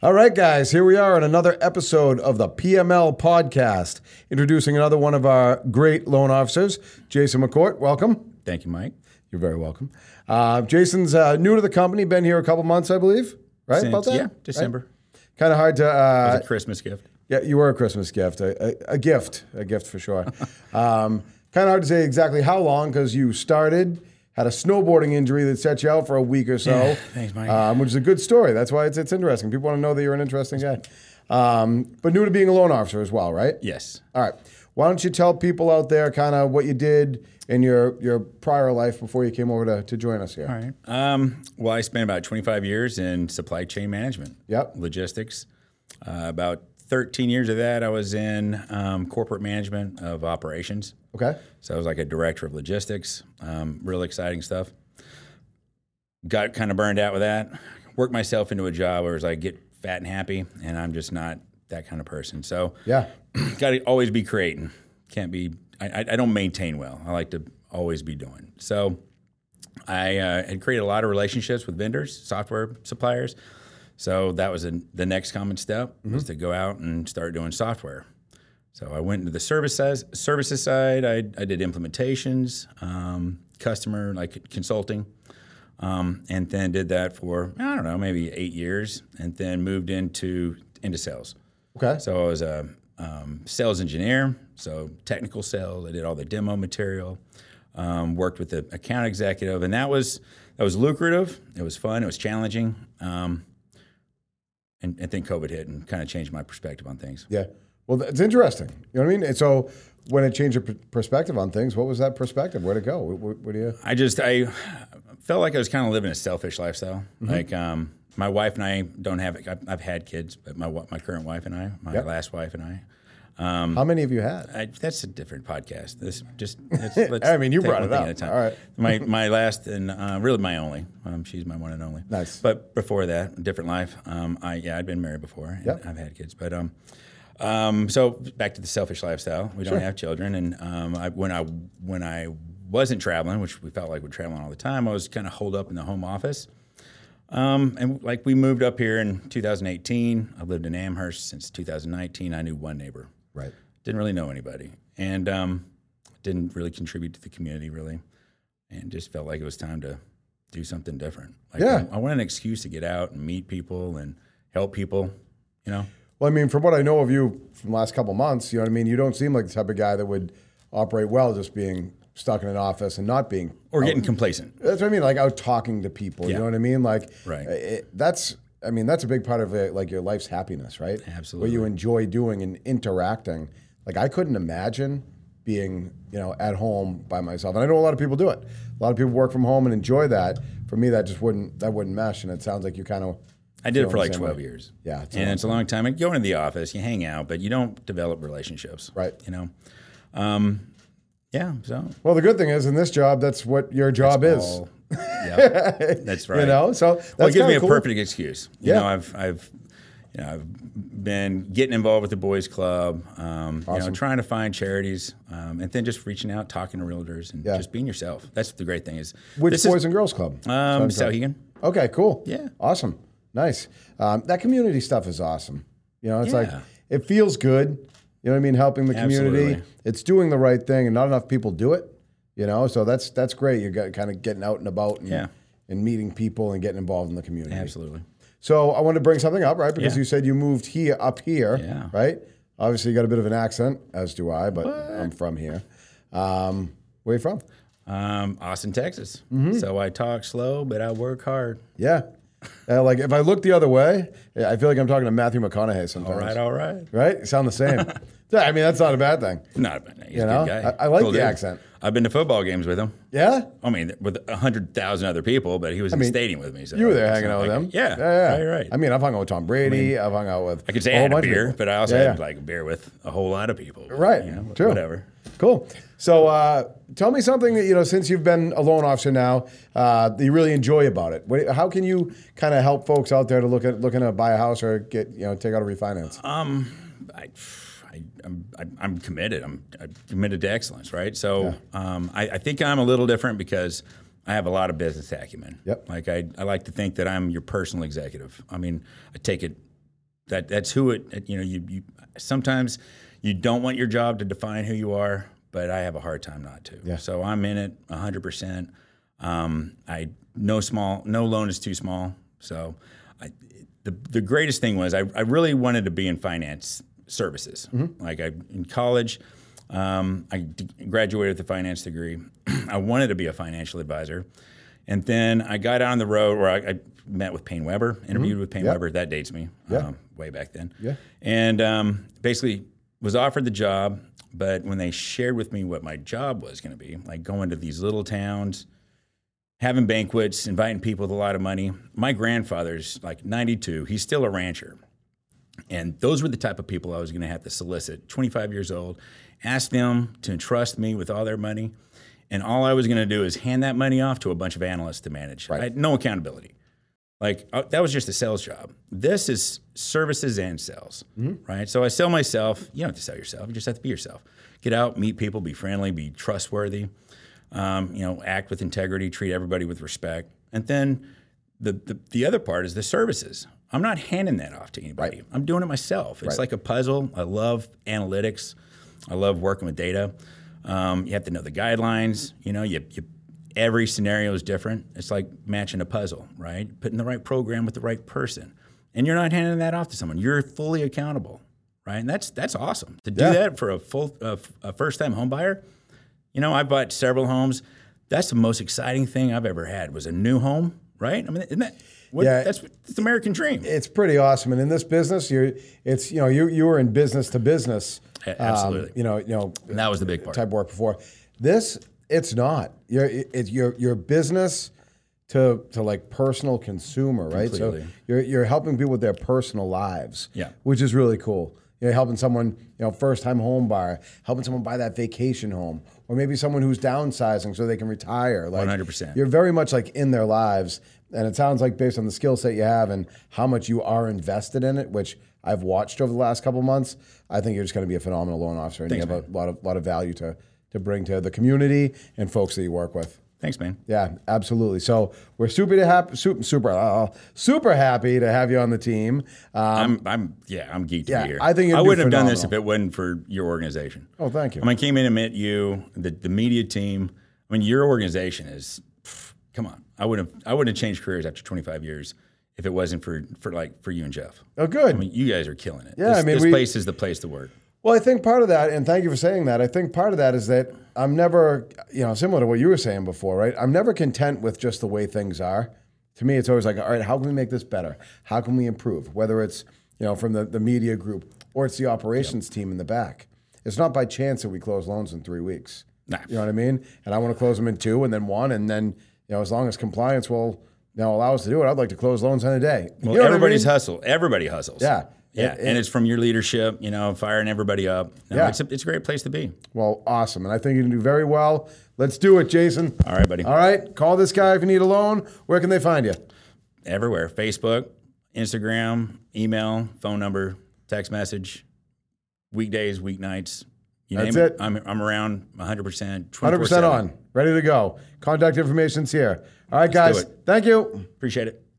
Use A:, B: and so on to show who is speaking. A: All right, guys, here we are in another episode of the PML podcast, introducing another one of our great loan officers, Jason McCourt. Welcome.
B: Thank you, Mike.
A: You're very welcome. Uh, Jason's uh, new to the company, been here a couple months, I believe. Right?
B: Since- yeah, December.
A: Kind of hard to.
B: It's
A: Uh,
B: a Christmas gift.
A: yeah, you were a Christmas gift, a, a, a gift, a gift for sure. um, kind of hard to say exactly how long because you started, had a snowboarding injury that set you out for a week or so.
B: thanks, Mike.
A: Um, which is a good story. That's why it's, it's interesting. People want to know that you're an interesting guy. Um, but new to being a loan officer as well, right?
B: Yes.
A: All right. Why don't you tell people out there kind of what you did in your, your prior life before you came over to, to join us here?
B: All right. Um, well, I spent about 25 years in supply chain management.
A: Yep.
B: Logistics. Uh, about 13 years of that, I was in um, corporate management of operations.
A: Okay.
B: So I was like a director of logistics. Um, real exciting stuff. Got kind of burned out with that. Worked myself into a job where it was like get fat and happy, and I'm just not that kind of person. So
A: Yeah.
B: got to always be creating. Can't be. I, I, I don't maintain well. I like to always be doing. So I uh, had created a lot of relationships with vendors, software suppliers. So that was an the next common step was to go out and start doing software. So I went into the services services side. I, I did implementations, um, customer like consulting, um, and then did that for I don't know maybe eight years, and then moved into into sales.
A: Okay.
B: So I was a um, sales engineer, so technical sales. I did all the demo material, um, worked with the account executive, and that was that was lucrative. It was fun. It was challenging. Um, and, and then COVID hit and kind of changed my perspective on things.
A: Yeah. Well, it's interesting. You know what I mean? And so when it changed your per- perspective on things, what was that perspective? Where'd it go? What, what, what do you?
B: I just I felt like I was kind of living a selfish lifestyle. Like um, my wife and I don't have I've, I've had kids, but my wa- my current wife and I, my last wife and I,
A: how many of you had?
B: I, that's a different podcast. This just let's, let's
A: I mean, you
B: take
A: brought
B: one
A: it
B: thing
A: up.
B: At a time.
A: All right.
B: my my last and uh, really my only. Um, she's my one and only.
A: Nice.
B: But before that, a different life. Um, I yeah, I'd been married before. And
A: Yep.
B: I've had kids, but um, um, so back to the selfish lifestyle. We don't have children, and um, I, when I when I wasn't traveling, which we felt like we're traveling all the time, I was kind of holed up in the home office. Um, and like we moved up here in 2018. I've lived in Amherst since 2019. I knew one neighbor
A: Right.
B: didn't really know anybody and um, didn't really contribute to the community really and just felt like it was time to do something different like
A: Yeah.
B: I, I want an excuse to get out and meet people and help people you know
A: Well, I mean, from what I know of you from the last couple months, you know what I mean? You don't seem like the type of guy that would operate well just being stuck in an office and not being.
B: or getting complacent
A: That's what I mean. Like out talking to people. You
B: Yeah.
A: know what I mean? Like,
B: Right.
A: It, that's, I mean, that's a big part of it, like your life's happiness, right?
B: Absolutely.
A: What you enjoy doing and interacting. Like, I couldn't imagine being, you know, at home by myself. And I know a lot of people do it. A lot of people work from home and enjoy that. For me, that just wouldn't, that wouldn't mesh. And it sounds like you kind of,
B: i did it for
A: Feeling
B: like
A: the same
B: 12
A: way.
B: years
A: Yeah, it's a
B: and
A: long
B: it's a long time and go into the office you hang out but you don't develop relationships
A: Right.
B: you know um, yeah so
A: well, the good thing is in this job, that's what your job is.
B: all- yeah, that's right
A: You know, so that's
B: Well, it gives me
A: kinda
B: a
A: cool.
B: perfect excuse. You
A: Yeah.
B: know, I've, I've, you know, I've been getting involved with the boys club, um, you know, trying to find charities, um, and then just reaching out, talking to realtors, and
A: Yeah.
B: just being yourself. That's the great thing is.
A: Which
B: this
A: Boys
B: is,
A: and Girls Club?
B: um, Sauhegan.
A: Okay, cool.
B: Yeah.
A: Awesome. Nice. Um, that community stuff is awesome. You know, it's like
B: Yeah.
A: it feels good. You know what I mean? Helping the community.
B: Absolutely.
A: It's doing the right thing, and not enough people do it. You know, so that's that's great. You're got, kind of getting out and about and,
B: Yeah.
A: and meeting people and getting involved in the community.
B: Absolutely.
A: So I wanted to bring something up, right? Because
B: Yeah.
A: you said you moved here up here,
B: Yeah.
A: right? Obviously, you got a bit of an accent, as do I, but I'm from here. Um, where you from?
B: Um, Austin, Texas.
A: Mm-hmm.
B: So I talk slow, but I work hard.
A: Yeah. Uh, like if I look the other way, yeah, I feel like I'm talking to Matthew McConaughey sometimes.
B: All right, all right.
A: Right? Sound the same. yeah, I mean, that's not a bad thing.
B: Not a bad he's
A: You
B: a
A: know,
B: good guy.
A: I- I like the
B: dude.
A: accent.
B: I've been to football games with him.
A: Yeah?
B: I mean, with a hundred thousand other people, but he was in the stadium with me. So
A: You were there
B: it's
A: hanging
B: not
A: out with
B: like-
A: them.
B: Yeah,
A: Yeah, yeah.
B: Right, right.
A: I mean, I've hung out with Tom Brady. I have hung out with.
B: I could say
A: a
B: I
A: whole
B: had a
A: bunch of
B: beer,
A: people.
B: but I also
A: Yeah,
B: had
A: yeah.
B: like a beer with a whole lot of people.
A: Right.
B: You know,
A: True.
B: Whatever.
A: Cool. So uh, tell me something that, you know, since you've been a loan officer now, uh, that you really enjoy about it. What, how can you kind of help folks out there to look at looking to buy a house or get, you know, take out a refinance?
B: I, I, I'm, I'm committed. I'm, I'm committed to excellence, right? So um, I, I think I'm a little different because I have a lot of business acumen.
A: Yep.
B: Like I, I like to think that I'm your personal executive. I mean, I take it That that's who it. You know, you you sometimes you don't want your job to define who you are, but I have a hard time not to.
A: Yeah.
B: So I'm in it 100. percent um, I no small no loan is too small. So I, the the greatest thing was I, I really wanted to be in finance services.
A: Mm-hmm.
B: Like I in college, um, I d- graduated with a finance degree. I wanted to be a financial advisor, and then I got out on the road where I, I met with Payne Weber, interviewed with Payne
A: Mm-hmm. Yeah.
B: Weber. That dates me
A: Yeah.
B: um, way back then.
A: Yeah.
B: And um, basically was offered the job, but when they shared with me what my job was going to be, like going to these little towns, having banquets, inviting people with a lot of money. My grandfather's like 92, he's still a rancher. And those were the type of people I was going to have to solicit, 25 years old, ask them to entrust me with all their money. And all I was going to do is hand that money off to a bunch of analysts to manage. I had no accountability. Like uh, that was just a sales job. This is services and sales, right? So I sell myself. You don't have to sell yourself. You just have to be yourself. Get out, meet people, be friendly, be trustworthy. Um, you know, act with integrity, treat everybody with respect. And then the the, the other part is the services. I'm not handing that off to anybody. I'm doing it myself. It's like a puzzle. I love analytics. I love working with data. Um, you have to know the guidelines. You know, you, you every scenario is different. It's like matching a puzzle, right? Putting the right program with the right person, and you're not handing that off to someone. You're fully accountable, right? And that's that's awesome to do
A: Yeah.
B: that for a full a, a first time home buyer. You know, I bought several homes. That's the most exciting thing I've ever had was a new home, right? I mean, isn't that what,
A: Yeah.
B: that's what- that's the American dream.
A: it's pretty awesome. And in this business, you it's you know you you were in business to business, um,
B: A- absolutely.
A: you know you know
B: and that was the big part.
A: type work before. This it's not. You're it, it's your your business to to like personal consumer, right? So
B: Completely.
A: you're you're helping people with their personal lives,
B: Yeah.
A: which is really cool. You're helping someone, you know, first time home buyer, helping someone buy that vacation home, or maybe someone who's downsizing so they can retire. Like
B: 100%.
A: You're very much like in their lives, and it sounds like based on the skill set you have and how much you are invested in it, which I've watched over the last couple months. I think you're just going to be a phenomenal loan officer, and you have a lot of lot of value to to bring to the community and folks that you work with.
B: Thanks, man.
A: Yeah, absolutely. So we're super to happy, super super, uh, super happy to have you on the team. Uh,
B: I'm, I'm, yeah, I'm geeked
A: Yeah,
B: to be here.
A: I think it'd
B: I
A: be
B: wouldn't have done this if
A: phenomenal.
B: it wasn't for your organization.
A: oh, thank you.
B: When I came in and met you, the, the media team, I mean, your organization is, pff, come on. I wouldn't have, I wouldn't have changed careers after 25 years if it wasn't for, for like, for you and Jeff.
A: oh, good.
B: I mean, you guys are killing it.
A: Yeah,
B: this,
A: I mean,
B: this
A: we-
B: place is the place to work.
A: Well, I think part of that, and thank you for saying that. I think part of that is that I'm never, you know, similar to what you were saying before, right? I'm never content with just the way things are. To me, it's always like, all right, how can we make this better? How can we improve? Whether it's, you know, from the, the media group or it's the operations team in the back. It's not by chance that we close loans in three weeks.
B: Nah.
A: You know what I mean? And I want to close them in two and then one. And then, you know, as long as compliance will, you know, allow us to do it, I'd like to close loans in a day.
B: Well,
A: You know what I
B: everybody's
A: mean?
B: hustle. Everybody hustles.
A: Yeah.
B: Yeah.
A: It-
B: and it's from your leadership, you know, firing everybody up. No,
A: Yeah.
B: It's a, it's a great place to be.
A: Well, awesome. And I think you can do very well. Let's do it, Jason.
B: All right, buddy.
A: All right. Call this guy if you need a loan. Where can they find you?
B: Everywhere Facebook, Instagram, email, phone number, text message, weekdays, weeknights. You
A: That's
B: name
A: it.
B: I'm, I'm around 100%.
A: 100%
B: 24/7.
A: on. Ready to go. Contact information's here. All right,
B: Let's do
A: guys. Thank you.
B: Appreciate it.